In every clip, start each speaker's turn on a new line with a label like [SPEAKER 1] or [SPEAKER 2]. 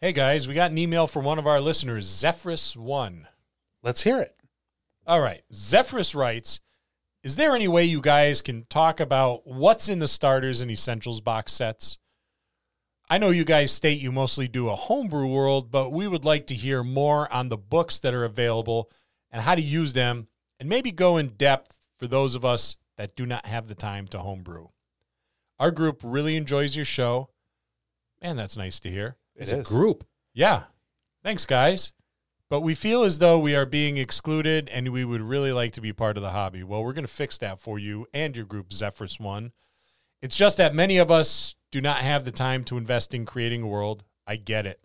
[SPEAKER 1] Hey guys, we got an email from one of our listeners, Zephyrus1.
[SPEAKER 2] Let's hear it.
[SPEAKER 1] All right, Zephyrus writes Is there any way you guys can talk about what's in the starters and essentials box sets? I know you guys state you mostly do a homebrew world, but we would like to hear more on the books that are available and how to use them, and maybe go in depth for those of us that do not have the time to homebrew. Our group really enjoys your show. Man, that's nice to hear.
[SPEAKER 3] It's
[SPEAKER 2] It
[SPEAKER 3] a
[SPEAKER 2] is.
[SPEAKER 3] group.
[SPEAKER 1] Yeah. Thanks, guys. But we feel as though we are being excluded and we would really like to be part of the hobby. Well, we're going to fix that for you and your group, Zephyrus One. It's just that many of us do not have the time to invest in creating a world. I get it.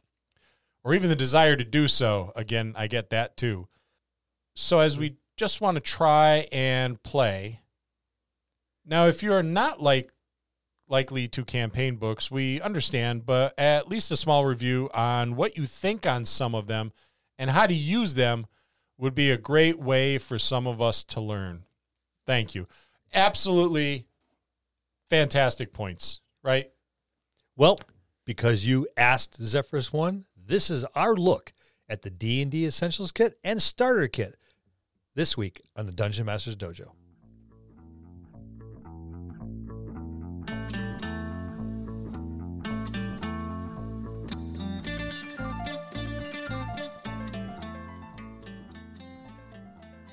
[SPEAKER 1] Or even the desire to do so. Again, I get that too. So, as we just want to try and play. Now, if you are not like likely to campaign books, we understand, but at least a small review on what you think on some of them and how to use them would be a great way for some of us to learn. Thank you. Absolutely fantastic points, right?
[SPEAKER 3] Well, because you asked Zephyrus One, this is our look at the D and D Essentials Kit and Starter Kit this week on the Dungeon Masters Dojo.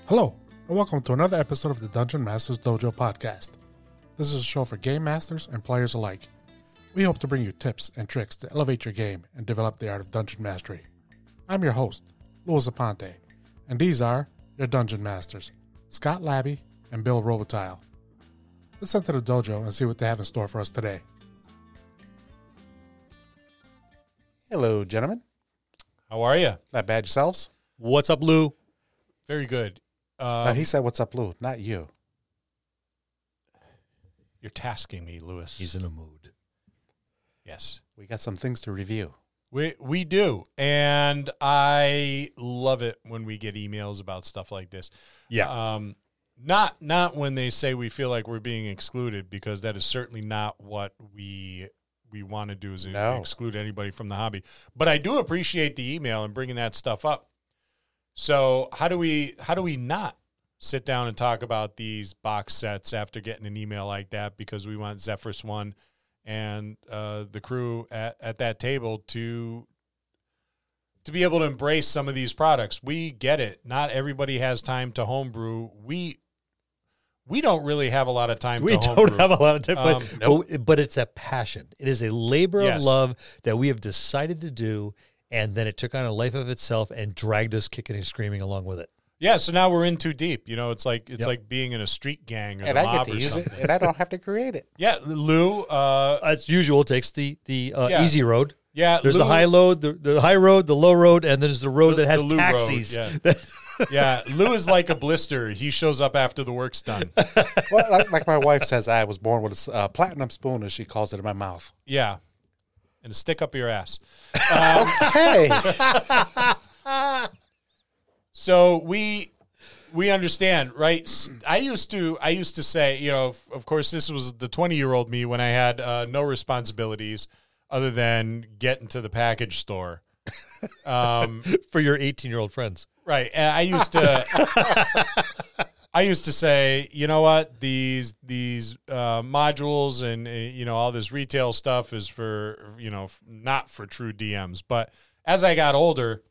[SPEAKER 2] Hello, and welcome to another episode of the Dungeon Masters Dojo podcast. This is a show for game masters and players alike. We hope to bring you tips and tricks to elevate your game and develop the art of dungeon mastery. I'm your host, Louis Aponte, and these are your dungeon masters, Scott Labby and Bill Robotile. Let's enter the dojo and see what they have in store for us today. Hello, gentlemen.
[SPEAKER 1] How are you?
[SPEAKER 2] Not bad yourselves?
[SPEAKER 3] What's up, Lou?
[SPEAKER 1] Very good.
[SPEAKER 2] No,
[SPEAKER 1] Uh,
[SPEAKER 2] he said, What's up, Lou? Not you.
[SPEAKER 1] you're tasking me, Lewis.
[SPEAKER 3] He's in a mood.
[SPEAKER 1] yes.
[SPEAKER 2] We got some things to review.
[SPEAKER 1] We we do, and I love it when we get emails about stuff like this.
[SPEAKER 3] Yeah.
[SPEAKER 1] Um, not not when they say we feel like we're being excluded because that is certainly not what we we want to do is
[SPEAKER 2] No.
[SPEAKER 1] exclude anybody from the hobby. But I do appreciate the email and bringing that stuff up. So how do we how do we not sit down and talk about these box sets after getting an email like that because we want Zephyrus One and uh, the crew at, at that table to to be able to embrace some of these products. We get it. Not everybody has time to homebrew. We we don't really have a lot of time.
[SPEAKER 3] we
[SPEAKER 1] to
[SPEAKER 3] don't
[SPEAKER 1] homebrew.
[SPEAKER 3] have a lot of time, but,
[SPEAKER 1] Um,
[SPEAKER 3] but but it's a passion. It is a labor
[SPEAKER 1] Yes.
[SPEAKER 3] of love that we have decided to do, and then it took on a life of itself and dragged us kicking and screaming along with it.
[SPEAKER 1] Yeah, so now we're in too deep. You know, it's like it's
[SPEAKER 3] Yep.
[SPEAKER 1] like being in a street gang or
[SPEAKER 2] and
[SPEAKER 1] the
[SPEAKER 2] I
[SPEAKER 1] mob
[SPEAKER 2] get to
[SPEAKER 1] or
[SPEAKER 2] use
[SPEAKER 1] something.
[SPEAKER 2] it, and I don't have to create it.
[SPEAKER 1] Yeah, Lou. Uh,
[SPEAKER 3] As usual, takes the the uh,
[SPEAKER 1] Yeah.
[SPEAKER 3] easy road.
[SPEAKER 1] yeah,
[SPEAKER 3] There's
[SPEAKER 1] Lou,
[SPEAKER 3] the high road, the, the high road, the low road, and then there's the road
[SPEAKER 1] The-
[SPEAKER 3] that has
[SPEAKER 1] the Lou road,
[SPEAKER 3] taxis.
[SPEAKER 1] yeah.
[SPEAKER 3] That-
[SPEAKER 1] yeah, Lou is like a blister. He shows up after the work's done.
[SPEAKER 2] Well, like, like my wife says, I was born with a s- uh, platinum spoon, as she calls it, in my mouth.
[SPEAKER 1] Yeah, and stick up your ass.
[SPEAKER 2] Okay,
[SPEAKER 1] So we we understand, right? S- I used to I used to say, you know, of, of course, this was the twenty year old me when I had uh, no responsibilities other than get into the package store. Um,
[SPEAKER 3] for your 18 year old friends.
[SPEAKER 1] Right. And I used to I used to say, you know what, these these uh, modules and uh, you know all this retail stuff is for you know f- not for true DMs. But as I got older,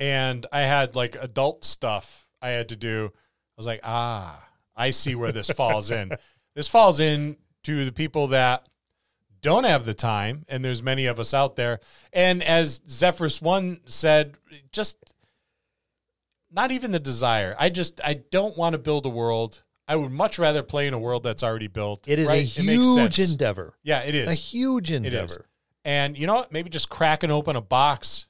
[SPEAKER 1] and I had like adult stuff I had to do, I was like, ah, I see where this falls in. This falls in to the people that don't have the time, and there's many of us out there. And as Zephyrus One said, just not even the desire. I just I don't want to build a world. I would much rather play in a world that's already built.
[SPEAKER 3] It is a
[SPEAKER 1] right? makes
[SPEAKER 3] huge
[SPEAKER 1] sense.
[SPEAKER 3] endeavor.
[SPEAKER 1] yeah, it is.
[SPEAKER 3] A huge
[SPEAKER 1] is.
[SPEAKER 3] endeavor.
[SPEAKER 1] and you know what? Maybe just cracking open a box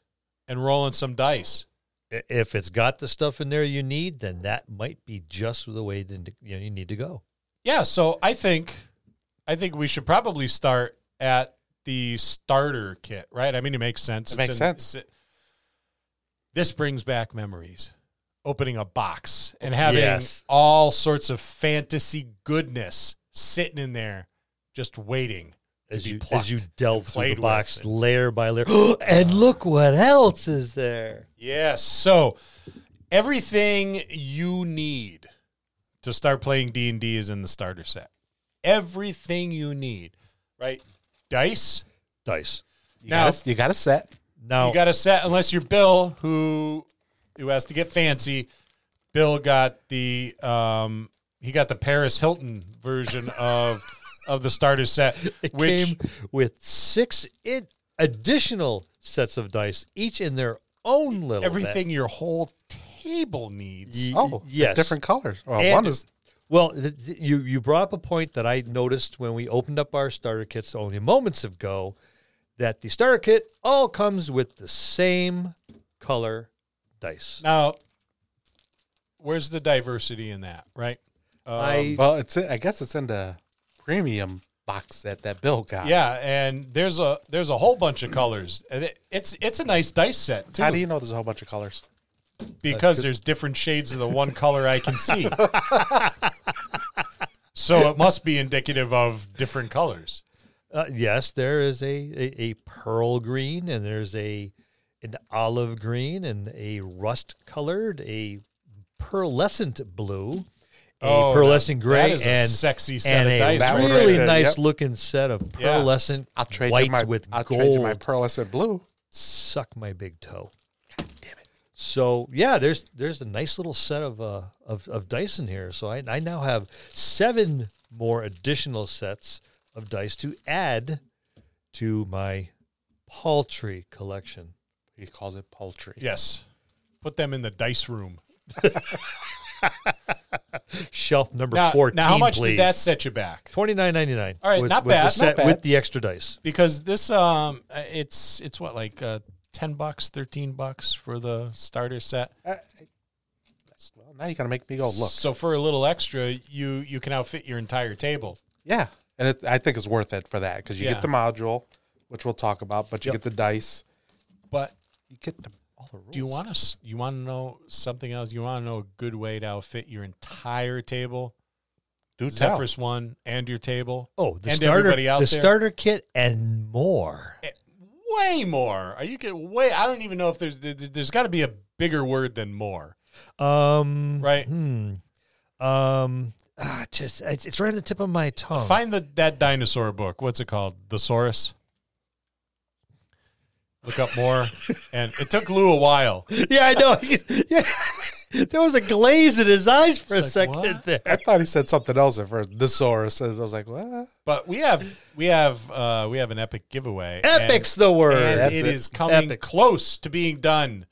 [SPEAKER 1] and rolling some dice.
[SPEAKER 3] I- If it's got the stuff in there you need, then that might be just the way that you, know, you need to go.
[SPEAKER 1] Yeah, so I think I think we should probably start at the starter kit, right? I mean, it makes sense.
[SPEAKER 2] It makes sense.
[SPEAKER 1] it's- this brings back memories. Opening a box and having
[SPEAKER 3] Yes.
[SPEAKER 1] all sorts of fantasy goodness sitting in there, just waiting to
[SPEAKER 3] as
[SPEAKER 1] be
[SPEAKER 3] you
[SPEAKER 1] plucked
[SPEAKER 3] as you delve through
[SPEAKER 1] played
[SPEAKER 3] the box
[SPEAKER 1] with.
[SPEAKER 3] layer by layer. and look what else is there.
[SPEAKER 1] Yes. So everything you need to start playing D and D is in the starter set. Everything you need, right? Dice.
[SPEAKER 3] Dice.
[SPEAKER 2] You,
[SPEAKER 1] Now-
[SPEAKER 2] got a, you got a set.
[SPEAKER 3] Now
[SPEAKER 1] You got a set unless you're Bill, who who has to get fancy. Bill got the um, he got the Paris Hilton version of of the starter set,
[SPEAKER 3] it
[SPEAKER 1] which
[SPEAKER 3] came with six in- additional sets of dice, each in their own little bag.
[SPEAKER 1] everything your whole table needs.
[SPEAKER 3] Ye-
[SPEAKER 2] Oh,
[SPEAKER 3] yes.
[SPEAKER 2] Different colors. Well,
[SPEAKER 3] And-
[SPEAKER 2] one is
[SPEAKER 3] Well, th- th- you you brought up a point that I noticed when we opened up our starter kits only moments ago, that the starter kit all comes with the same color dice.
[SPEAKER 1] Now, where's the diversity in that? Right? Um,
[SPEAKER 3] I
[SPEAKER 2] well. It's in, I guess it's in the premium box set that Bill got.
[SPEAKER 1] Um, Yeah, and there's a there's a whole bunch of colors. And it- It's it's a nice dice set too
[SPEAKER 2] How do you know there's a whole bunch of colors?
[SPEAKER 1] because there's different shades of the one color I can see. so it must be indicative of different colors.
[SPEAKER 3] uh, yes, there is a, a a pearl green and there's a an olive green and a rust colored, a pearlescent blue, a
[SPEAKER 1] Oh, now
[SPEAKER 3] pearlescent gray,
[SPEAKER 1] that is a
[SPEAKER 3] and
[SPEAKER 1] sexy set
[SPEAKER 3] and
[SPEAKER 1] of dice
[SPEAKER 3] a
[SPEAKER 2] right
[SPEAKER 3] really
[SPEAKER 2] there.
[SPEAKER 3] nice
[SPEAKER 2] Yep.
[SPEAKER 3] looking set of
[SPEAKER 1] Yeah.
[SPEAKER 3] pearlescent
[SPEAKER 2] I'll trade
[SPEAKER 3] whites
[SPEAKER 2] you my
[SPEAKER 3] with
[SPEAKER 2] I'll
[SPEAKER 3] gold.
[SPEAKER 2] trade you my pearlescent blue.
[SPEAKER 3] suck my big toe. So yeah, there's there's a nice little set of uh of, of dice in here. So I, I now have seven more additional sets of dice to add to my paltry collection.
[SPEAKER 2] He calls it poultry.
[SPEAKER 1] Yes. Put them in the dice room.
[SPEAKER 3] Shelf number
[SPEAKER 1] Now,
[SPEAKER 3] fourteen.
[SPEAKER 1] now how much
[SPEAKER 3] please.
[SPEAKER 1] did that set you back?
[SPEAKER 3] twenty nine ninety nine.
[SPEAKER 1] All right,
[SPEAKER 3] was,
[SPEAKER 1] not
[SPEAKER 3] was the
[SPEAKER 1] bad, not
[SPEAKER 3] set
[SPEAKER 2] bad.
[SPEAKER 3] with the extra dice.
[SPEAKER 1] Because this um uh, it's it's what like uh 10 bucks, 13 bucks for the starter set.
[SPEAKER 2] Uh, well, now you gotta make me go look.
[SPEAKER 1] So for a little extra, you you can outfit your entire table.
[SPEAKER 2] Yeah, and it, I think it's worth it for that because you
[SPEAKER 1] Yeah.
[SPEAKER 2] get the module, which we'll talk about, but you
[SPEAKER 3] Yep.
[SPEAKER 2] get the dice,
[SPEAKER 1] But
[SPEAKER 2] you get the, all the rules.
[SPEAKER 1] do you want us? You want to know something else? You want to know a good way to outfit your entire table?
[SPEAKER 2] do tell?
[SPEAKER 1] Zephyrus one and your table.
[SPEAKER 3] Oh, the
[SPEAKER 1] And
[SPEAKER 3] starter
[SPEAKER 1] everybody out
[SPEAKER 3] the
[SPEAKER 1] there.
[SPEAKER 3] starter kit and more.
[SPEAKER 1] Eh, Way more. Are you getting way? I don't even know if there's there- there's got to be a bigger word than more,
[SPEAKER 3] Um
[SPEAKER 1] right?
[SPEAKER 3] hmm. Um ah, just it's, it's right on the tip of my tongue.
[SPEAKER 1] Find the that dinosaur book. What's it called? The Saurus. Look up more, and it took Lou a while.
[SPEAKER 3] Yeah, I know. yeah. There was a glaze in his eyes for
[SPEAKER 1] It's
[SPEAKER 3] a
[SPEAKER 1] like,
[SPEAKER 3] second
[SPEAKER 1] what?
[SPEAKER 2] I
[SPEAKER 3] there.
[SPEAKER 2] thought he said something else at first. The Saurus. I was like, what?
[SPEAKER 1] But we have we have uh, we have an epic giveaway. and-
[SPEAKER 3] Epic's the word.
[SPEAKER 1] and
[SPEAKER 2] That's
[SPEAKER 1] it
[SPEAKER 2] it.
[SPEAKER 1] is coming
[SPEAKER 3] Epic.
[SPEAKER 1] close to being done.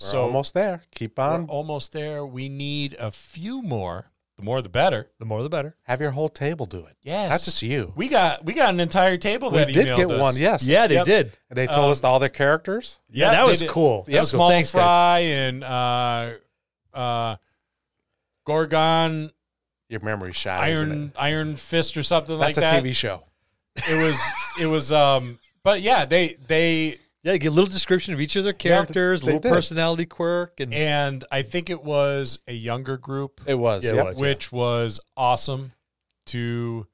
[SPEAKER 2] We're
[SPEAKER 1] so
[SPEAKER 2] almost there. Keep
[SPEAKER 1] we're
[SPEAKER 2] on.
[SPEAKER 1] almost there. We need a few more. The more, the better.
[SPEAKER 3] the more the better.
[SPEAKER 2] Have your whole table do it.
[SPEAKER 1] Yes,
[SPEAKER 2] Not just you.
[SPEAKER 1] we got we got an entire table
[SPEAKER 2] We
[SPEAKER 1] that
[SPEAKER 2] did
[SPEAKER 1] emailed
[SPEAKER 2] get
[SPEAKER 1] us.
[SPEAKER 2] one. Yes.
[SPEAKER 3] Yeah, they
[SPEAKER 1] Yep.
[SPEAKER 3] did.
[SPEAKER 2] And they told us all their characters.
[SPEAKER 3] Yeah,
[SPEAKER 1] Yep,
[SPEAKER 3] that
[SPEAKER 1] they
[SPEAKER 3] was
[SPEAKER 1] did.
[SPEAKER 3] cool. That
[SPEAKER 1] Yeah,
[SPEAKER 3] was cool.
[SPEAKER 1] small
[SPEAKER 3] Thanks, guys.
[SPEAKER 1] fry and uh, uh, Gorgon
[SPEAKER 2] Your memory shot.
[SPEAKER 1] Iron Iron Fist or something
[SPEAKER 2] That's
[SPEAKER 1] like
[SPEAKER 2] a
[SPEAKER 1] that.
[SPEAKER 2] TV show.
[SPEAKER 1] It was it was um. But yeah, they they
[SPEAKER 3] Yeah, you get a little description of each of their characters, a
[SPEAKER 2] they
[SPEAKER 3] little
[SPEAKER 2] did.
[SPEAKER 3] personality quirk, and
[SPEAKER 1] and I think it was a younger group.
[SPEAKER 2] It was.
[SPEAKER 3] Oh, Yeah, it
[SPEAKER 2] yep.
[SPEAKER 3] was.
[SPEAKER 1] which was awesome to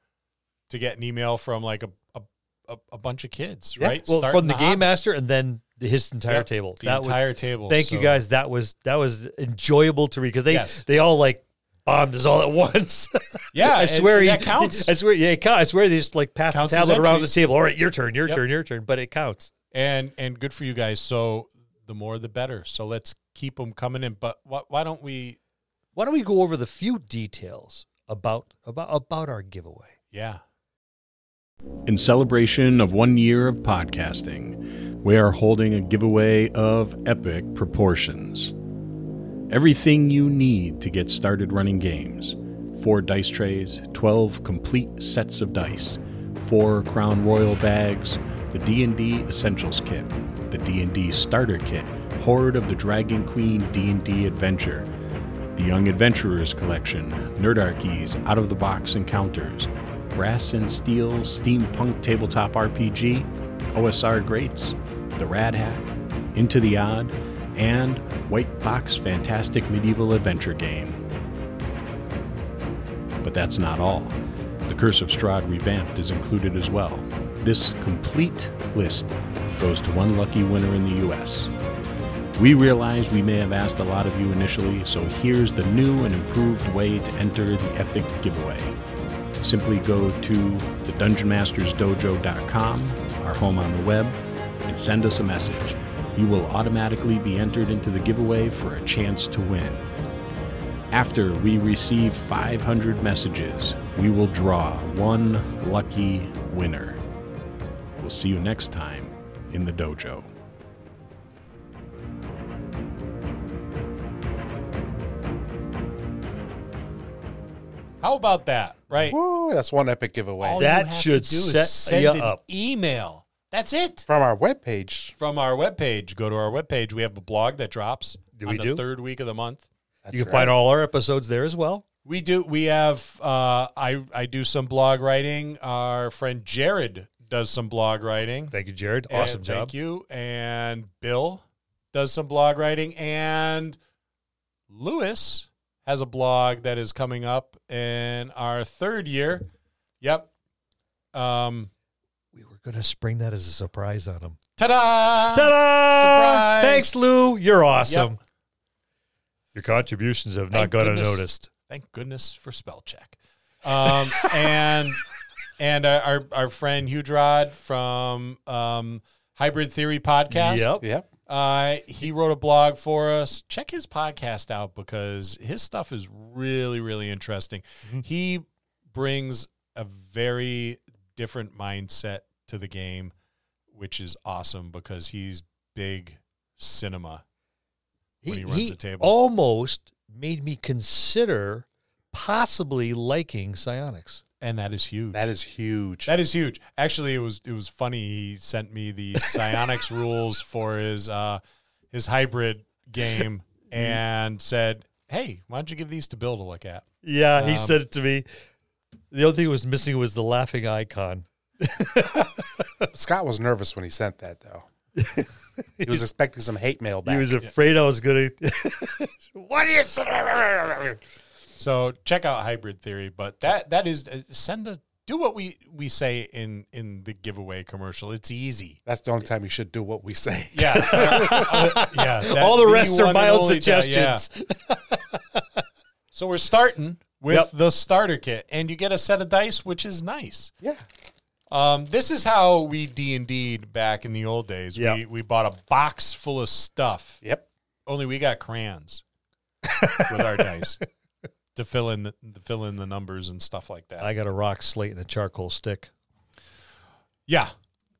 [SPEAKER 1] to get an email from like a a, a, a bunch of kids,
[SPEAKER 2] Yeah.
[SPEAKER 1] right?
[SPEAKER 3] well,
[SPEAKER 1] Starting
[SPEAKER 3] from the, game
[SPEAKER 1] hobby.
[SPEAKER 3] master, and then his entire
[SPEAKER 1] Yep,
[SPEAKER 3] table.
[SPEAKER 1] the
[SPEAKER 3] that
[SPEAKER 1] entire table.
[SPEAKER 3] was, thank you
[SPEAKER 1] So-
[SPEAKER 3] guys. That was that was enjoyable to read because they
[SPEAKER 1] Yes.
[SPEAKER 3] they all like bombed us all at once.
[SPEAKER 1] Yeah,
[SPEAKER 3] I
[SPEAKER 1] and-
[SPEAKER 3] swear
[SPEAKER 1] and
[SPEAKER 3] he
[SPEAKER 1] that counts.
[SPEAKER 3] I swear, yeah, it counts. I swear they just like pass the
[SPEAKER 1] Counts as
[SPEAKER 3] tablet around the
[SPEAKER 1] entries.
[SPEAKER 3] table. All right, your turn, your
[SPEAKER 1] Yep.
[SPEAKER 3] turn, your turn. But it counts.
[SPEAKER 1] and and good for you guys. So the more the better. So let's keep them coming in. But why, why don't we?
[SPEAKER 3] Why don't we go over the few details about about about our giveaway?
[SPEAKER 1] Yeah,
[SPEAKER 4] In celebration of one year of podcasting, we are holding a giveaway of epic proportions. Everything you need to get started running games four dice trays, 12 complete sets of dice, four Crown Royal bags, the D&D Essentials Kit, the D&D Starter Kit, Horde of the Dragon Queen D&D Adventure, the Young Adventurers Collection, Nerdarchy's Out of the Box Encounters, Brass and Steel Steampunk Tabletop RPG, OSR Greats, The Rad Hack, Into the Odd, and White Box Fantastic Medieval Adventure Game. But that's not all. The Curse of Strahd Revamped is included as well.
[SPEAKER 1] This complete list goes to one lucky winner in the U.S. We realize we may have asked a lot of you initially, so here's the new and improved way to enter the epic giveaway. Simply go to thedungeonmastersdojo.com, our home on the web, and send us a message. You will automatically be entered into the giveaway for a chance to win. After we receive 500 messages, we will draw one lucky winner. We'll see you next time in the dojo.
[SPEAKER 5] How about that? Right.
[SPEAKER 2] Woo, that's one epic giveaway.
[SPEAKER 5] All
[SPEAKER 3] That
[SPEAKER 5] you have
[SPEAKER 3] should
[SPEAKER 5] to do
[SPEAKER 3] set
[SPEAKER 5] is send
[SPEAKER 3] ya
[SPEAKER 5] an
[SPEAKER 3] up.
[SPEAKER 5] email. That's it.
[SPEAKER 2] From our webpage.
[SPEAKER 5] From our webpage, go to our webpage. We have a blog that drops
[SPEAKER 3] Do
[SPEAKER 5] on
[SPEAKER 3] we
[SPEAKER 5] the
[SPEAKER 3] do?
[SPEAKER 5] third week of the month.
[SPEAKER 2] That's
[SPEAKER 3] You can
[SPEAKER 2] right.
[SPEAKER 3] find all our episodes there as well.
[SPEAKER 5] We do. We have. Uh, I I do some blog writing. Our friend Jared does some blog writing.
[SPEAKER 3] Thank you, Jared. Awesome
[SPEAKER 5] And
[SPEAKER 3] job.
[SPEAKER 5] Thank you. And Bill does some blog writing. And Lewis has a blog that is coming up in our third year. Yep. Um,
[SPEAKER 3] We were going to spring that as a surprise on him.
[SPEAKER 5] ta da!
[SPEAKER 3] Ta-da!
[SPEAKER 5] Surprise!
[SPEAKER 3] Thanks, Lou. You're awesome.
[SPEAKER 5] Yep.
[SPEAKER 3] Your contributions have
[SPEAKER 5] Thank
[SPEAKER 3] not gone
[SPEAKER 5] goodness.
[SPEAKER 3] unnoticed.
[SPEAKER 5] Thank goodness for spell check. Um, and and our, our, our friend Hugh Drod from um, Hybrid Theory Podcast.
[SPEAKER 3] Yep.
[SPEAKER 2] Yep.
[SPEAKER 5] Uh, he wrote a blog for us. Check his podcast out because his stuff is really, really interesting.
[SPEAKER 3] Mm-hmm.
[SPEAKER 5] He brings a very different mindset to the game, which is awesome because he's big cinema. when he runs a table.
[SPEAKER 3] almost made me consider possibly liking psionics.
[SPEAKER 5] And that is huge.
[SPEAKER 2] That is huge.
[SPEAKER 5] That is huge. Actually, it was it was funny. He sent me the psionics rules for his uh his hybrid game
[SPEAKER 3] Mm-hmm.
[SPEAKER 5] and said, "Hey, why don't you give these to Bill to look at?"
[SPEAKER 3] Yeah, he
[SPEAKER 5] Um,
[SPEAKER 3] said it to me. The only thing that was missing was the laughing icon.
[SPEAKER 2] Scott was nervous when he sent that, though. he was expecting some hate mail back.
[SPEAKER 3] He was afraid I was going to. What is?
[SPEAKER 5] So check out hybrid theory. But that that is uh, send a do what we we say in in the giveaway commercial. It's easy.
[SPEAKER 2] That's the only time you should do what we say.
[SPEAKER 5] Yeah, Uh, yeah. that-
[SPEAKER 3] All the
[SPEAKER 5] the
[SPEAKER 3] rest are
[SPEAKER 5] one and
[SPEAKER 3] mild
[SPEAKER 5] only time, yeah.
[SPEAKER 3] suggestions.
[SPEAKER 5] So we're starting with
[SPEAKER 3] Yep.
[SPEAKER 5] the starter kit, and you get a set of dice, which is nice.
[SPEAKER 2] Yeah.
[SPEAKER 5] Um, this is how we D and D back in the old days.
[SPEAKER 3] Yeah.
[SPEAKER 5] We we bought a box full of stuff.
[SPEAKER 2] Yep.
[SPEAKER 5] Only we got crayons with our dice to fill in the to fill in the numbers and stuff like that.
[SPEAKER 3] I got a rock slate and a charcoal stick.
[SPEAKER 5] yeah.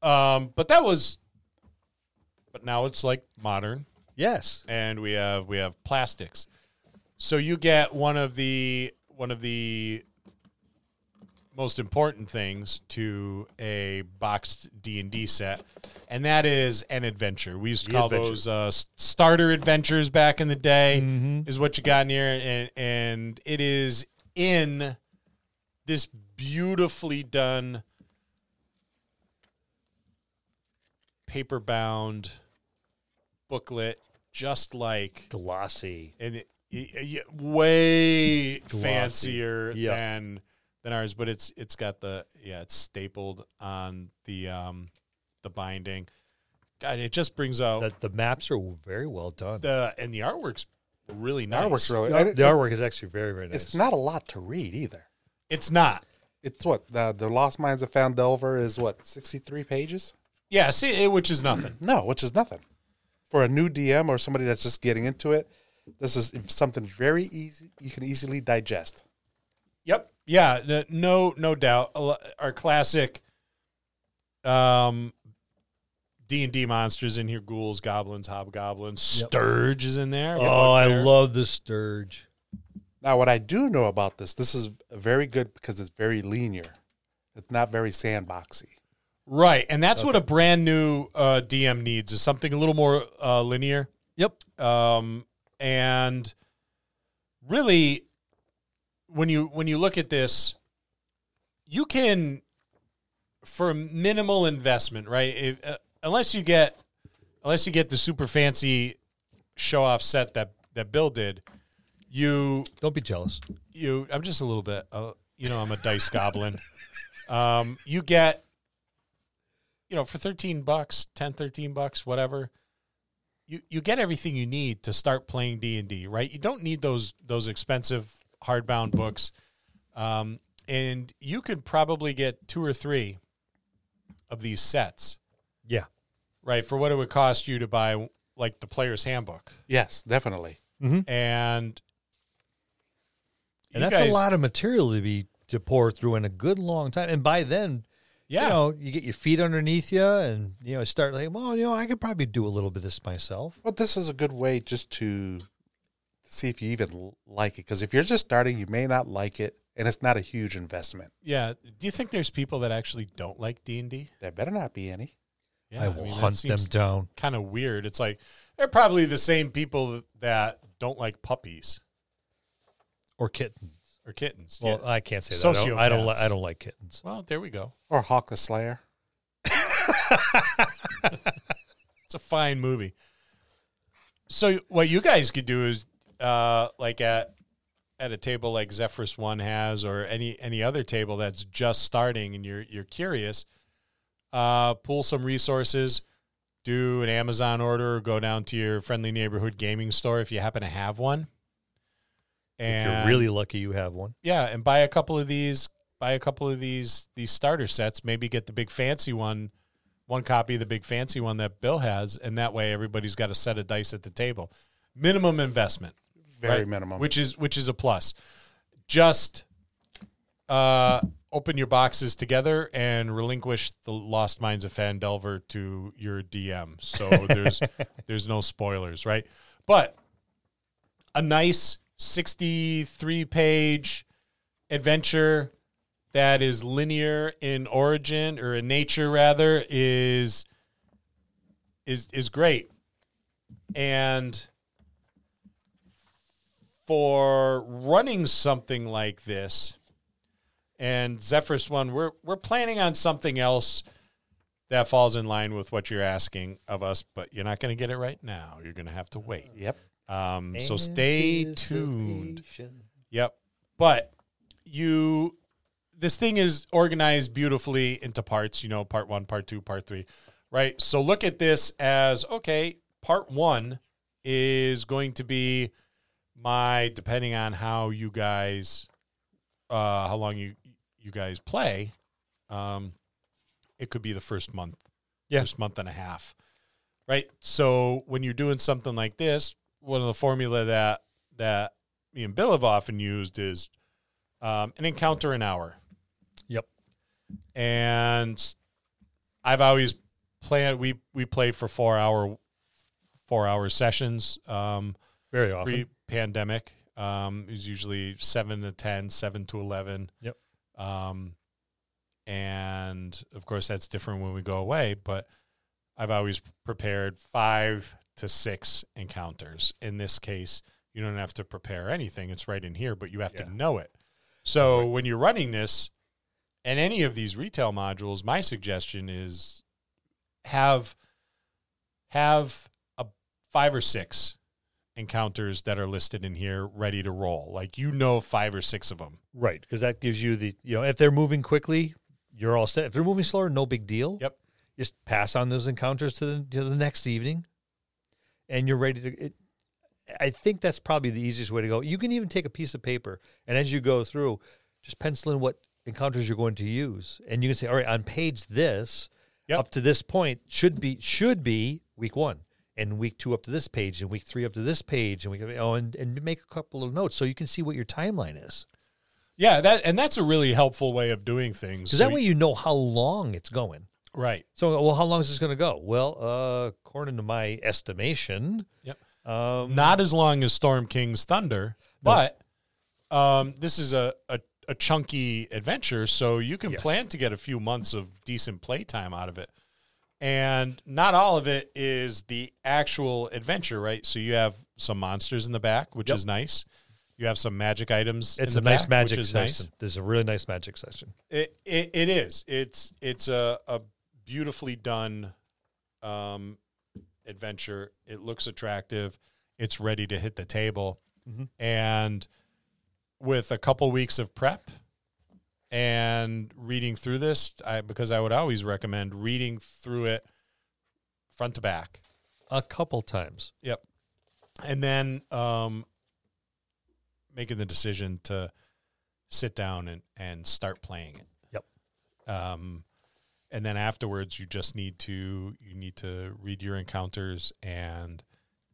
[SPEAKER 5] Um, but that was. But now it's like modern,
[SPEAKER 3] Yes.
[SPEAKER 5] and we have we have plastics. So you get one of the one of the most important things to a boxed D and D set, and that is an adventure. We used to
[SPEAKER 3] The
[SPEAKER 5] call
[SPEAKER 3] adventure.
[SPEAKER 5] those uh, s- starter adventures back in the day.
[SPEAKER 3] Mm-hmm.
[SPEAKER 5] Is what you got in here, and and it is in this beautifully done paper bound booklet, just like
[SPEAKER 3] Glossy.
[SPEAKER 5] and it, y- y- way
[SPEAKER 3] Glossy.
[SPEAKER 5] fancier
[SPEAKER 3] Yeah.
[SPEAKER 5] than than ours but it's it's got the yeah it's stapled on the um the binding god it just brings out
[SPEAKER 3] The, the maps are very well done. The,
[SPEAKER 5] the and the artwork's really nice
[SPEAKER 2] Artwork's really.
[SPEAKER 3] the artwork is actually very, very nice.
[SPEAKER 2] it's not a lot to read either.
[SPEAKER 5] it's not
[SPEAKER 2] It's what the the Lost Mines of Foundelver is what sixty three pages.
[SPEAKER 5] yeah see it, which is nothing
[SPEAKER 2] No, which is nothing for a new DM or somebody that's just getting into it. This is something very easy you can easily digest.
[SPEAKER 5] Yep. Yeah. the- No. No doubt. A lo- Our classic, um, D and D monsters in here: ghouls, goblins, hobgoblins,
[SPEAKER 3] Yep.
[SPEAKER 5] Sturge is in there. Get
[SPEAKER 3] oh,
[SPEAKER 5] one
[SPEAKER 3] I
[SPEAKER 5] there.
[SPEAKER 3] love the Sturge.
[SPEAKER 2] Now, what I do know about this, this is very good because it's very linear. It's not very sandboxy.
[SPEAKER 5] Right, and that's what a brand new uh, DM needs is something a little more uh, linear.
[SPEAKER 3] Yep.
[SPEAKER 5] um, and really when you when you look at this you can for minimal investment right if, uh, unless you get unless you get the super fancy show off set that that bill did you
[SPEAKER 3] Don't be jealous.
[SPEAKER 5] you i'm just a little bit uh, you know i'm a dice goblin um, you get you know, for 13 bucks, 10, 13 bucks, whatever, you, you get everything you need to start playing D&D, right? You don't need those those expensive hardbound books. Um, and you could probably get two or three of these sets,
[SPEAKER 3] Yeah.
[SPEAKER 5] right? For what it would cost you to buy like the player's handbook.
[SPEAKER 2] Yes, definitely.
[SPEAKER 5] And
[SPEAKER 3] And
[SPEAKER 5] you
[SPEAKER 3] that's
[SPEAKER 5] guys-
[SPEAKER 3] a lot of material to be to pour through in a good long time. And by then,
[SPEAKER 5] Yeah.
[SPEAKER 3] you know, you get your feet underneath you and you know, start like, well, you know, I could probably do a little bit of this myself.
[SPEAKER 2] But this is a good way just to see if you even l- like it. Because if you're just starting, you may not like it, and it's not a huge investment.
[SPEAKER 5] yeah, do you think there's people that actually don't like D&D?
[SPEAKER 2] There better not be any.
[SPEAKER 5] Yeah,
[SPEAKER 3] I will hunt them down.
[SPEAKER 5] Kind of weird. It's like they're probably the same people that don't like puppies
[SPEAKER 3] Or kittens.
[SPEAKER 5] or kittens.
[SPEAKER 3] Well, uh,
[SPEAKER 5] Yeah.
[SPEAKER 3] I can't say that. I don't, I don't, li-
[SPEAKER 5] Sociopaths.
[SPEAKER 3] I don't like kittens.
[SPEAKER 5] well, there we go.
[SPEAKER 2] Or Hawk the Slayer.
[SPEAKER 5] It's a fine movie. So what you guys could do is uh like at at a table like Zephyrus One has or any any other table that's just starting and you're you're curious, uh pull some resources, do an Amazon order or go down to your friendly neighborhood gaming store if you happen to have one.
[SPEAKER 3] if you're really lucky, you have one.
[SPEAKER 5] yeah, and buy a couple of these. Buy a couple of these these starter sets. Maybe get the big fancy one, one copy of the big fancy one that Bill has, and that way everybody's got a set of dice at the table. Minimum investment,
[SPEAKER 2] Very
[SPEAKER 5] right?
[SPEAKER 2] minimum.
[SPEAKER 5] which is which is a plus. Just uh, open your boxes together and relinquish the Lost Minds of Fandelver to your DM. So there's there's no spoilers, right? But a nice 63 page adventure that is linear in origin or in nature rather is is is great and for running something like this and zephyrus one we're we're planning on something else that falls in line with what you're asking of us but you're not going to get it right now you're going to have to wait
[SPEAKER 2] Yep.
[SPEAKER 5] um, so stay tuned. Yep. But you, this thing is organized beautifully into parts, you know, part one, part two, part three, right? So look at this as okay, part one is going to be my, depending on how you guys, uh, how long you, you guys play, um, it could be the first month,
[SPEAKER 3] Yeah.
[SPEAKER 5] first month and a half right? So when you're doing something like this, one of the formula that that me and Bill have often used is um, an encounter an hour.
[SPEAKER 3] Yep.
[SPEAKER 5] And I've always planned we we play for four hour four hour sessions. Um,
[SPEAKER 3] Very often.
[SPEAKER 5] pre pandemic. Um, it was usually seven to 10, 7 to eleven.
[SPEAKER 3] Yep.
[SPEAKER 5] Um, and of course that's different when we go away, but I've always prepared five to six encounters. In this case, you don't have to prepare anything. It's right in here, but you have
[SPEAKER 3] Yeah.
[SPEAKER 5] to know it. So when you're running this and any of these retail modules, my suggestion is have have a five or six encounters that are listed in here ready to roll. Like you know five or six of them.
[SPEAKER 3] Right, because that gives you the you know if they're moving quickly, you're all set. If they're moving slower, no big deal.
[SPEAKER 5] Yep.
[SPEAKER 3] Just pass on those encounters to the to the next evening, and you're ready to. It, I think that's probably the easiest way to go. You can even take a piece of paper and as you go through, just pencil in what encounters you're going to use, and you can say, all right, on page this,
[SPEAKER 5] Yep.
[SPEAKER 3] up to this point should be should be week one. And week two up to this page, and week three up to this page, and we oh, and, and make a couple of notes so you can see what your timeline is.
[SPEAKER 5] Yeah, that and that's a really helpful way of doing things.
[SPEAKER 3] Because
[SPEAKER 5] So
[SPEAKER 3] that way
[SPEAKER 5] you-
[SPEAKER 3] you know how long it's going.
[SPEAKER 5] right.
[SPEAKER 3] So, well, how long is this going to go? Well, uh, according to my estimation,
[SPEAKER 5] Yep.
[SPEAKER 3] um,
[SPEAKER 5] Not as long as Storm King's Thunder, but um, this is a, a, a chunky adventure, so you can
[SPEAKER 3] Yes.
[SPEAKER 5] plan to get a few months of decent playtime out of it. And not all of it is the actual adventure, right? So you have some monsters in the back, which
[SPEAKER 3] Yep.
[SPEAKER 5] is nice. You have some magic items.
[SPEAKER 3] it's
[SPEAKER 5] in
[SPEAKER 3] a
[SPEAKER 5] the
[SPEAKER 3] nice
[SPEAKER 5] back,
[SPEAKER 3] magic
[SPEAKER 5] which is
[SPEAKER 3] session.
[SPEAKER 5] nice.
[SPEAKER 3] There's a really nice magic session.
[SPEAKER 5] It, it it is. It's it's a, a beautifully done um, adventure. It looks attractive. It's ready to hit the table,
[SPEAKER 3] Mhm.
[SPEAKER 5] and with a couple weeks of prep and reading through this I, because I would always recommend reading through it front to back.
[SPEAKER 3] a couple times.
[SPEAKER 5] and then um, making the decision to sit down and, and start playing it. Yep. Um, and then afterwards, you just need to you need to read your encounters and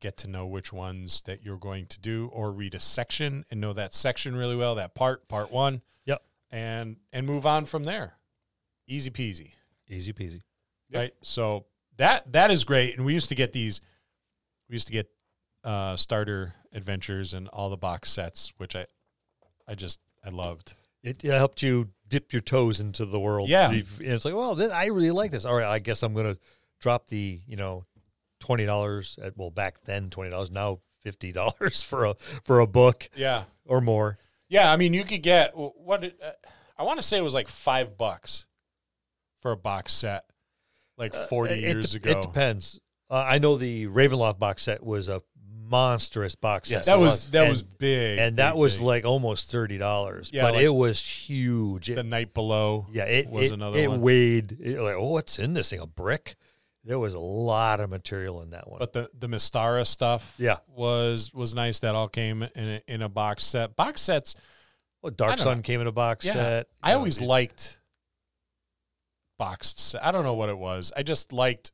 [SPEAKER 5] get to know which ones that you're going to do, or read a section and know that section really well, that part, part one.
[SPEAKER 3] Yep.
[SPEAKER 5] And and move on from there. Easy peasy
[SPEAKER 3] Easy peasy.
[SPEAKER 5] right? So that that is great. And we used to get these. We used to get uh, starter adventures and all the box sets, which I, I just I loved.
[SPEAKER 3] It, it helped you dip your toes into the world.
[SPEAKER 5] Yeah.
[SPEAKER 3] You've- and it's like, well, this, I really like this. All right, I guess I'm going to drop the, you know, twenty dollars at well back then twenty dollars now fifty dollars for a for a book
[SPEAKER 5] Yeah,
[SPEAKER 3] or more.
[SPEAKER 5] yeah. I mean, you could get wh- what did- uh, I want to say it was like five bucks for a box set, like forty
[SPEAKER 3] Uh, it-
[SPEAKER 5] years
[SPEAKER 3] it, de-
[SPEAKER 5] ago.
[SPEAKER 3] It depends. Uh, I know the Ravenloft box set was a monstrous box set.
[SPEAKER 2] Yes,
[SPEAKER 5] that
[SPEAKER 2] it
[SPEAKER 5] was
[SPEAKER 2] was.
[SPEAKER 5] that
[SPEAKER 3] And-
[SPEAKER 5] was big,
[SPEAKER 3] and that
[SPEAKER 5] big,
[SPEAKER 3] was
[SPEAKER 5] big.
[SPEAKER 3] like almost thirty dollars.
[SPEAKER 5] Yeah,
[SPEAKER 3] but
[SPEAKER 5] like-
[SPEAKER 3] it was huge. It-
[SPEAKER 5] the night below.
[SPEAKER 3] yeah, it
[SPEAKER 5] was
[SPEAKER 3] it,
[SPEAKER 5] another
[SPEAKER 3] it
[SPEAKER 5] one.
[SPEAKER 3] weighed it, like, oh, what's in this thing? A brick? There was a lot of material in that one.
[SPEAKER 5] But the the Mistara stuff,
[SPEAKER 3] Yeah.
[SPEAKER 5] was was nice. That all came in a, in a box set. Box sets
[SPEAKER 3] Well,
[SPEAKER 5] I
[SPEAKER 3] Oh, Dark
[SPEAKER 5] don't
[SPEAKER 3] Sun
[SPEAKER 5] know.
[SPEAKER 3] came in a box
[SPEAKER 5] Yeah.
[SPEAKER 3] set.
[SPEAKER 5] I
[SPEAKER 3] You know,
[SPEAKER 5] always
[SPEAKER 3] it-
[SPEAKER 5] liked boxed. set. I don't know what it was. I just liked.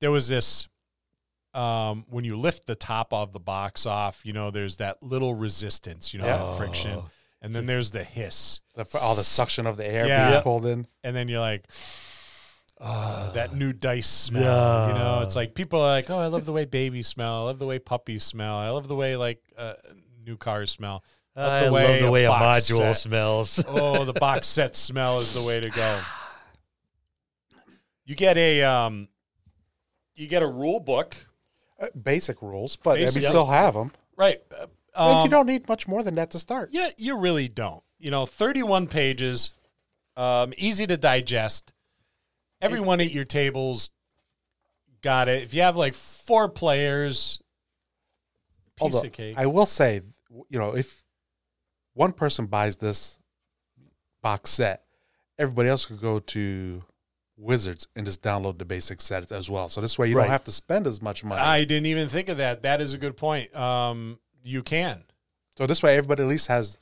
[SPEAKER 5] There was this um, when you lift the top of the box off. You know, there's that little resistance. You know, that friction,
[SPEAKER 3] Oh.
[SPEAKER 5] and then there's the hiss,
[SPEAKER 2] The, for all the suction of the air
[SPEAKER 5] Yeah.
[SPEAKER 2] being pulled in.
[SPEAKER 5] and then you're like. "Ah, that new dice smell, you know.
[SPEAKER 3] Yeah.
[SPEAKER 5] It's like people are like, "Oh, I love the way babies smell. I love the way puppies smell. I love the way like uh, new cars smell.
[SPEAKER 3] I
[SPEAKER 5] the way
[SPEAKER 3] love the
[SPEAKER 5] a
[SPEAKER 3] way a,
[SPEAKER 5] box
[SPEAKER 3] module
[SPEAKER 5] set-
[SPEAKER 3] smells.
[SPEAKER 5] oh, the box set smell is the way to go. You get a um, you get a rule book,
[SPEAKER 2] Uh, basic rules, but
[SPEAKER 5] Basic,
[SPEAKER 2] we
[SPEAKER 5] yeah.
[SPEAKER 2] still have them.
[SPEAKER 5] right?
[SPEAKER 2] And
[SPEAKER 5] Um,
[SPEAKER 2] you don't need much more than that to start.
[SPEAKER 5] yeah, you really don't. You know, thirty-one pages, um, easy to digest. Everyone at your tables got it. If you have like four players, piece
[SPEAKER 2] Although,
[SPEAKER 5] of cake.
[SPEAKER 2] I will say, you know, if one person buys this box set, everybody else could go to Wizards and just download the basic set as well. So this way you
[SPEAKER 3] Right.
[SPEAKER 2] don't have to spend as much money.
[SPEAKER 5] I didn't even think of that. That is a good point. Um, you can.
[SPEAKER 2] so this way everybody at least has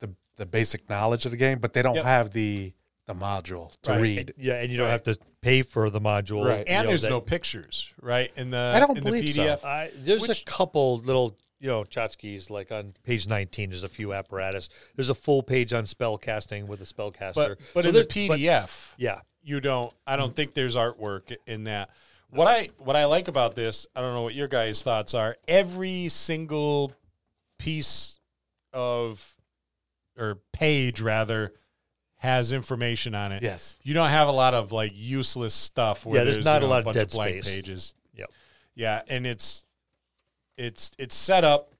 [SPEAKER 2] the the basic knowledge of the game, but they don't
[SPEAKER 5] Yep.
[SPEAKER 2] have the the module to
[SPEAKER 5] Right.
[SPEAKER 2] read.
[SPEAKER 3] yeah, and you don't
[SPEAKER 5] Right.
[SPEAKER 3] have to pay for the module.
[SPEAKER 2] Right.
[SPEAKER 3] you
[SPEAKER 5] And
[SPEAKER 3] know,
[SPEAKER 5] there's
[SPEAKER 3] that-
[SPEAKER 5] no pictures, right? In the
[SPEAKER 2] I don't
[SPEAKER 5] in
[SPEAKER 2] believe so.
[SPEAKER 5] the PDF.
[SPEAKER 3] I, there's
[SPEAKER 5] Which-
[SPEAKER 3] a couple little, you know, tchotchkes, like on page 19, there's a few apparatus. There's a full page on spell casting with a spellcaster.
[SPEAKER 5] but but
[SPEAKER 3] So
[SPEAKER 5] in the
[SPEAKER 3] there- but-
[SPEAKER 5] PDF,
[SPEAKER 3] yeah.
[SPEAKER 5] you don't. I
[SPEAKER 3] Mm.
[SPEAKER 5] don't think there's artwork in that. What I what I like about this, I don't know what your guys' thoughts are. Every single piece of or page rather has information on it.
[SPEAKER 2] Yes.
[SPEAKER 5] You don't have a lot of like useless stuff. Where
[SPEAKER 3] Yeah, there's
[SPEAKER 5] you
[SPEAKER 3] not a
[SPEAKER 5] know,
[SPEAKER 3] lot of
[SPEAKER 5] bunch
[SPEAKER 3] dead
[SPEAKER 5] blank
[SPEAKER 3] space.
[SPEAKER 5] pages.
[SPEAKER 3] Yep.
[SPEAKER 5] Yeah, and it's it's it's set up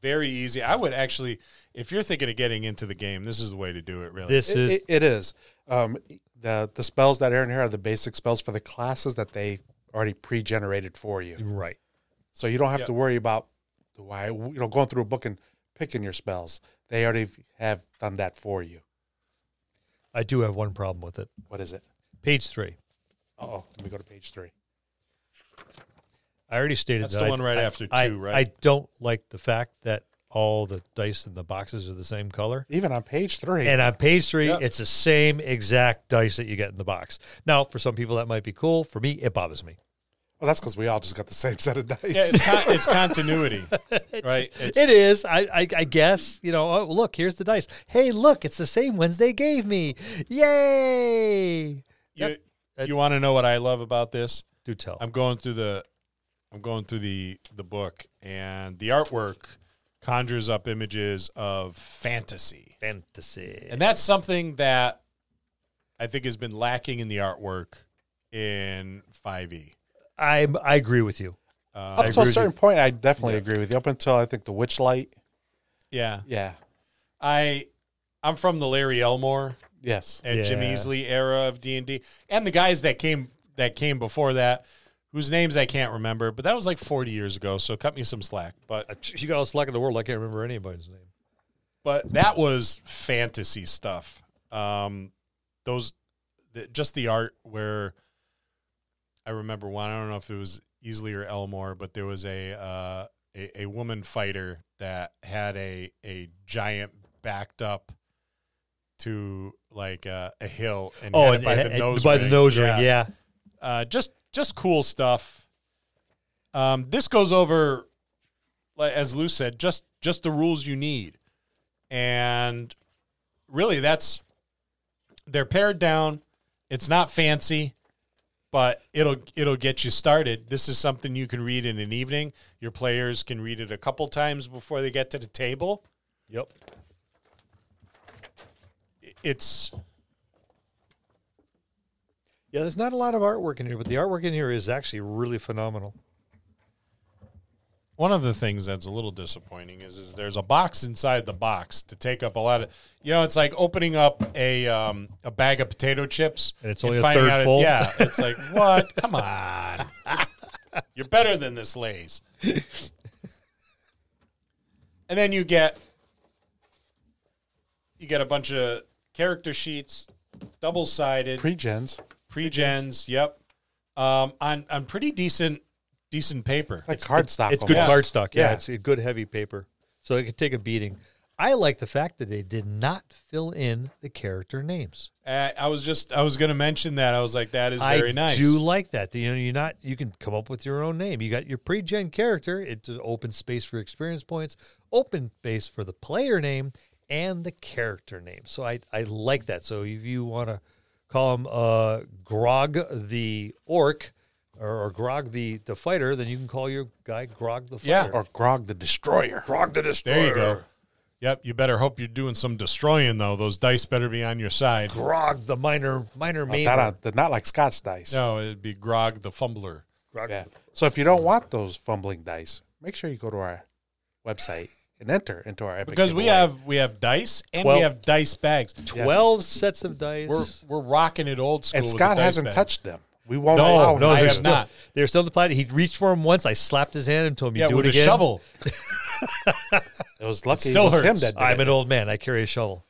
[SPEAKER 5] very easy. I would actually, if you're thinking of getting into the game, this is the way to do Oh. it. Really,
[SPEAKER 3] This
[SPEAKER 2] It-
[SPEAKER 3] is
[SPEAKER 2] it- it is. Um, the the spells that are in here are the basic spells for the classes that they already pre generated for you.
[SPEAKER 3] right.
[SPEAKER 2] So you don't have
[SPEAKER 5] Yep.
[SPEAKER 2] to worry about why you know going through a book and picking your spells. They already have done that for you.
[SPEAKER 3] I do have one problem with it.
[SPEAKER 2] What is it?
[SPEAKER 3] Page three.
[SPEAKER 2] Oh, let me go to page three.
[SPEAKER 3] I already stated
[SPEAKER 5] That's
[SPEAKER 3] that
[SPEAKER 5] the
[SPEAKER 3] I-
[SPEAKER 5] one right
[SPEAKER 3] I-
[SPEAKER 5] after
[SPEAKER 3] I-
[SPEAKER 5] two, right?
[SPEAKER 3] I don't like the fact that all the dice in the boxes are the same color.
[SPEAKER 2] Even on page three,
[SPEAKER 3] And on page three,
[SPEAKER 5] Yep.
[SPEAKER 3] it's the same exact dice that you get in the box. Now, for some people, that might be cool. For me, it bothers me.
[SPEAKER 2] well, that's because we all just got the same set of dice.
[SPEAKER 5] Yeah, it's, con- it's continuity, right? It's,
[SPEAKER 3] It is. I, I, I guess you know. Oh, look, here's the dice. Hey, look, it's the same ones they gave me. Yay!
[SPEAKER 5] you you want to know what I love about this?
[SPEAKER 3] Do tell.
[SPEAKER 5] I'm going through the I'm going through the the book, and the artwork conjures up images of fantasy,
[SPEAKER 3] fantasy.
[SPEAKER 5] and that's something that I think has been lacking in the artwork in 5e.
[SPEAKER 3] I'm. I agree with you.
[SPEAKER 5] Uh,
[SPEAKER 2] up to a
[SPEAKER 3] with
[SPEAKER 2] certain point, I definitely agree with you. Up until I think the witch light.
[SPEAKER 5] yeah,
[SPEAKER 2] Yeah.
[SPEAKER 5] I I'm from the Larry Elmore
[SPEAKER 2] Yes.
[SPEAKER 5] and Jim
[SPEAKER 3] Yeah.
[SPEAKER 5] Easley era of D and D, and the guys that came that came before that, whose names I can't remember, but that was like 40 years ago, so cut me some slack. But
[SPEAKER 3] You got all slack in the world. I can't remember anybody's name.
[SPEAKER 5] but that was fantasy stuff. Um, those, the, just the art where I remember one. I don't know if it was Easley or Elmore, but there was a uh, a, a woman fighter that had a a giant backed up to like uh, a hill and
[SPEAKER 3] Oh,
[SPEAKER 5] had it by the nose
[SPEAKER 3] eh, by the nose ring, yeah.
[SPEAKER 5] uh, just just cool stuff. Um, this goes over, like as Lou said, just just the rules you need, and really that's they're pared down. It's not fancy, but it'll it'll get you started. This is something you can read in an evening. Your players can read it a couple times before they get to the table.
[SPEAKER 3] Yep.
[SPEAKER 5] It's
[SPEAKER 3] Yeah, there's not a lot of artwork in here, but the artwork in here is actually really phenomenal.
[SPEAKER 5] One of the things that's a little disappointing is, is there's a box inside the box to take up a lot of, you know, it's like opening up a um, a bag of potato chips
[SPEAKER 3] And it's only a third full?
[SPEAKER 5] yeah, it's like what? Come on, you're better than this, Lay's. and then you get you get a bunch of character sheets, double sided
[SPEAKER 2] Pre gens.
[SPEAKER 5] pre-gens. Yep, um, on on pretty decent decent paper.
[SPEAKER 2] It's like cardstock.
[SPEAKER 3] It's good
[SPEAKER 2] almost.
[SPEAKER 3] cardstock. Yeah,
[SPEAKER 5] Yeah.
[SPEAKER 3] it's a good heavy paper, so it could take a beating. I like the fact that they did not fill in the character names.
[SPEAKER 5] Uh, I was just I was going to mention that. I was like, that is very
[SPEAKER 3] I
[SPEAKER 5] nice.
[SPEAKER 3] do like that. You know, you're not. You can come up with your own name. You got your pre-gen character. It's an open space for experience points, open space for the player name and the character name. So I I like that. So if you want to call him uh, Grog the Orc or, or Grog the the Fighter, then you can call your guy Grog the Fighter.
[SPEAKER 5] Yeah.
[SPEAKER 2] Or Grog the Destroyer. Grog the Destroyer.
[SPEAKER 5] there you go. Yep, you better hope you're doing some destroying though. Those dice better be on your side.
[SPEAKER 3] Grog the minor minor main.
[SPEAKER 2] Not, not like Scott's dice.
[SPEAKER 5] No, it'd be Grog the Fumbler.
[SPEAKER 2] Yeah. So if you don't want those fumbling dice, make sure you go to our website and enter into our epic
[SPEAKER 5] Because we
[SPEAKER 2] giveaway.
[SPEAKER 5] have we have dice and
[SPEAKER 3] Twelve.
[SPEAKER 5] we have dice bags.
[SPEAKER 3] Twelve sets of dice.
[SPEAKER 5] We're we're rocking it old school.
[SPEAKER 2] and
[SPEAKER 5] with the
[SPEAKER 2] Scott
[SPEAKER 5] dice
[SPEAKER 2] hasn't
[SPEAKER 5] bag.
[SPEAKER 2] touched them. We won't
[SPEAKER 3] no,
[SPEAKER 2] allow
[SPEAKER 3] Oh, no,
[SPEAKER 5] Oh, I
[SPEAKER 2] him.
[SPEAKER 3] they're
[SPEAKER 5] have
[SPEAKER 3] still,
[SPEAKER 5] not.
[SPEAKER 3] they're still on the planet. He reached for him once. I slapped his hand and told him, "You
[SPEAKER 5] Yeah,
[SPEAKER 3] do
[SPEAKER 5] with
[SPEAKER 3] it again."
[SPEAKER 5] a shovel.
[SPEAKER 2] It was lucky
[SPEAKER 5] Still
[SPEAKER 2] it was him
[SPEAKER 5] hurts.
[SPEAKER 2] that did
[SPEAKER 3] I'm
[SPEAKER 2] it.
[SPEAKER 3] an old man. I carry a shovel.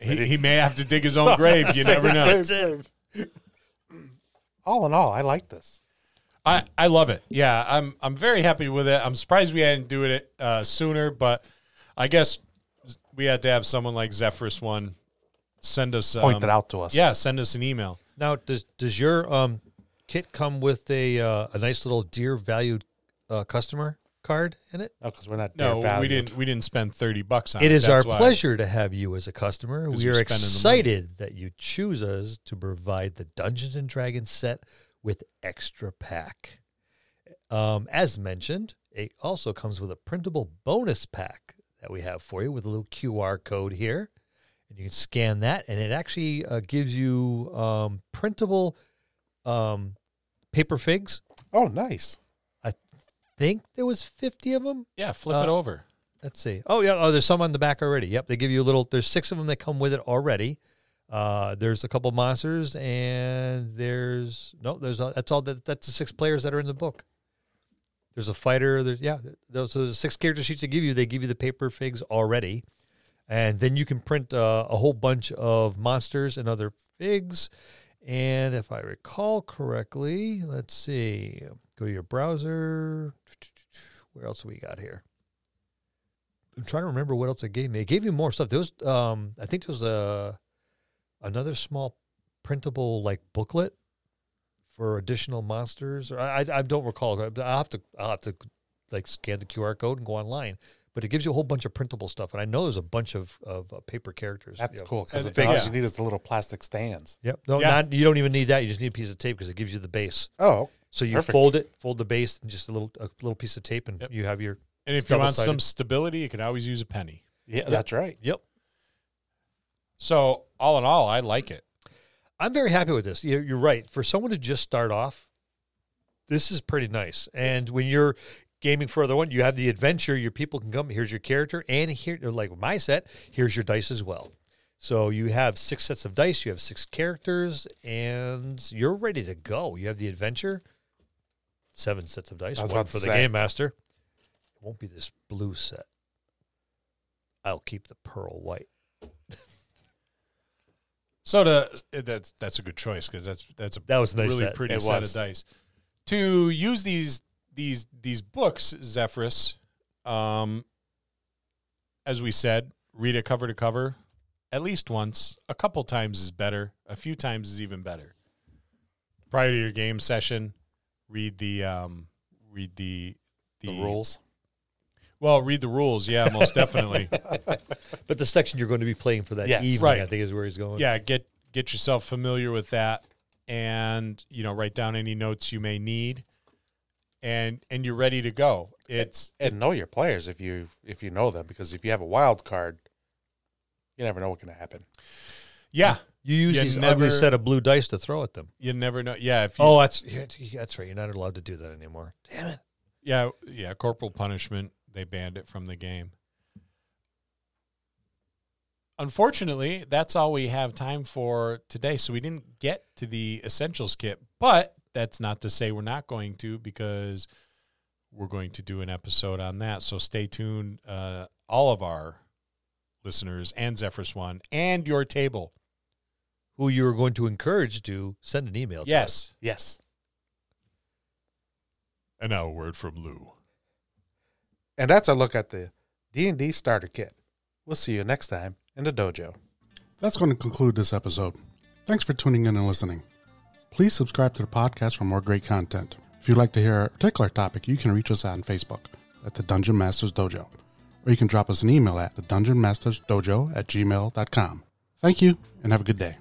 [SPEAKER 5] He, he may have to dig his own grave. You never know.
[SPEAKER 2] All in all, I like this.
[SPEAKER 5] I, I love it. Yeah, I'm I'm very happy with it. I'm surprised we hadn't do it uh, sooner, but I guess we had to have someone like Zephyrus one send us
[SPEAKER 2] Point
[SPEAKER 5] um,
[SPEAKER 2] it out to us.
[SPEAKER 5] Yeah, send us an email.
[SPEAKER 3] Now, does does your um, kit come with a uh, a nice little dear valued uh, customer card in it?
[SPEAKER 2] because Oh, we're not
[SPEAKER 5] No,
[SPEAKER 2] Dear Valley.
[SPEAKER 5] we didn't. We didn't spend thirty bucks on it.
[SPEAKER 3] It is our
[SPEAKER 5] That's why-
[SPEAKER 3] pleasure to have you as a customer.
[SPEAKER 5] 'Cause
[SPEAKER 3] We
[SPEAKER 5] you're
[SPEAKER 3] are
[SPEAKER 5] spending the money.
[SPEAKER 3] excited that you choose us to provide the Dungeons and Dragons set with extra pack. Um, as mentioned, it also comes with a printable bonus pack that we have for you with a little QR code here, and you can scan that, and it actually uh, gives you um, printable um, paper figs.
[SPEAKER 2] Oh, nice.
[SPEAKER 3] Think there was fifty of them.
[SPEAKER 5] Yeah, flip
[SPEAKER 3] Uh,
[SPEAKER 5] it over.
[SPEAKER 3] Let's see. Oh yeah. Oh, there's some on the back already. Yep. They give you a little. There's six of them that come with it already. Uh, there's a couple monsters, and there's no. There's a, that's all. That, that's the six players that are in the book. There's a fighter. There's yeah. Those so the six character sheets they give you. They give you the paper figs already, and then you can print uh, a whole bunch of monsters and other figs. And if I recall correctly, let's see. Go to your browser. Where else we got here? I'm trying to remember what else it gave me. It gave you more stuff. There was, um, I think there was a another small printable like booklet for additional monsters. Or I, I, I don't recall. I'll have to, I'll have to like scan the QR code and go online. But it gives you a whole bunch of printable stuff, and I know there's a bunch of of uh, paper characters.
[SPEAKER 2] That's
[SPEAKER 3] you know.
[SPEAKER 2] cool because
[SPEAKER 5] And
[SPEAKER 2] the thing
[SPEAKER 5] yeah.
[SPEAKER 2] you need is the little plastic stands.
[SPEAKER 3] Yep. No,
[SPEAKER 5] Yeah.
[SPEAKER 3] not you don't even need that. You just need a piece of tape because it gives you the base.
[SPEAKER 2] Oh,
[SPEAKER 3] So you
[SPEAKER 2] Perfect.
[SPEAKER 3] fold it, fold the base, and just a little a little piece of tape, and
[SPEAKER 5] Yep.
[SPEAKER 3] you have your
[SPEAKER 5] And if you want
[SPEAKER 3] double-sided.
[SPEAKER 5] some stability, you can always use a penny.
[SPEAKER 2] yeah, that's right.
[SPEAKER 3] yep.
[SPEAKER 5] So all in all, I like it.
[SPEAKER 3] I'm very happy with this. You're, you're right. For someone to just start off, this is pretty nice. And when you're gaming further on, you have the adventure. Your people can come. Here's your character, and here, or like my set, here's your dice as well. So you have six sets of dice. You have six characters, and you're ready to go. You have the adventure. Seven sets of dice.
[SPEAKER 2] I was
[SPEAKER 3] One
[SPEAKER 2] about to
[SPEAKER 3] for the
[SPEAKER 2] say.
[SPEAKER 3] game master. It won't be this blue set. I'll keep the pearl white.
[SPEAKER 5] So to that's that's a good choice because that's that's a
[SPEAKER 3] That was a nice.
[SPEAKER 5] really
[SPEAKER 3] set.
[SPEAKER 5] pretty
[SPEAKER 2] It
[SPEAKER 5] set
[SPEAKER 2] was.
[SPEAKER 5] of dice. To use these these these books, Zephyrus, um, as we said, read it cover to cover at least once. A couple times is better. A few times is even better. Prior to your game session, read the um, read the the,
[SPEAKER 2] The rules.
[SPEAKER 5] Well, read the rules. Yeah, most definitely.
[SPEAKER 3] But the section you're going to be playing for that
[SPEAKER 2] Yes.
[SPEAKER 3] evening,
[SPEAKER 5] Right.
[SPEAKER 3] I think, is where he's going.
[SPEAKER 5] yeah get get yourself familiar with that and you know write down any notes you may need and and you're ready to go it's
[SPEAKER 2] And know your players if you if you know them because if you have a wild card, you never know what can happen.
[SPEAKER 5] yeah
[SPEAKER 3] You use
[SPEAKER 5] You
[SPEAKER 3] these
[SPEAKER 5] never-
[SPEAKER 3] ugly set of blue dice to throw at them.
[SPEAKER 5] you never know yeah if you,
[SPEAKER 3] Oh, that's yeah, that's right. You're not allowed to do that anymore. Damn it.
[SPEAKER 5] yeah yeah corporal punishment they banned it from the game unfortunately that's all we have time for today so we didn't get to the essentials kit but that's not to say we're not going to because we're going to do an episode on that. So stay tuned, uh, all of our listeners and Zephyrus One and your table.
[SPEAKER 3] Who you were going to encourage to send an email? to us.
[SPEAKER 5] Yes.
[SPEAKER 2] Yes.
[SPEAKER 5] And now a word from Lou.
[SPEAKER 2] And that's a look at the D&D starter kit. We'll see you next time in the dojo.
[SPEAKER 6] That's going to conclude this episode. Thanks for tuning in and listening. Please subscribe to the podcast for more great content. If you'd like to hear a particular topic, you can reach us on Facebook at the Dungeon Masters Dojo, or you can drop us an email at the Dungeon Masters Dojo at gmail.com. Thank you and have a good day.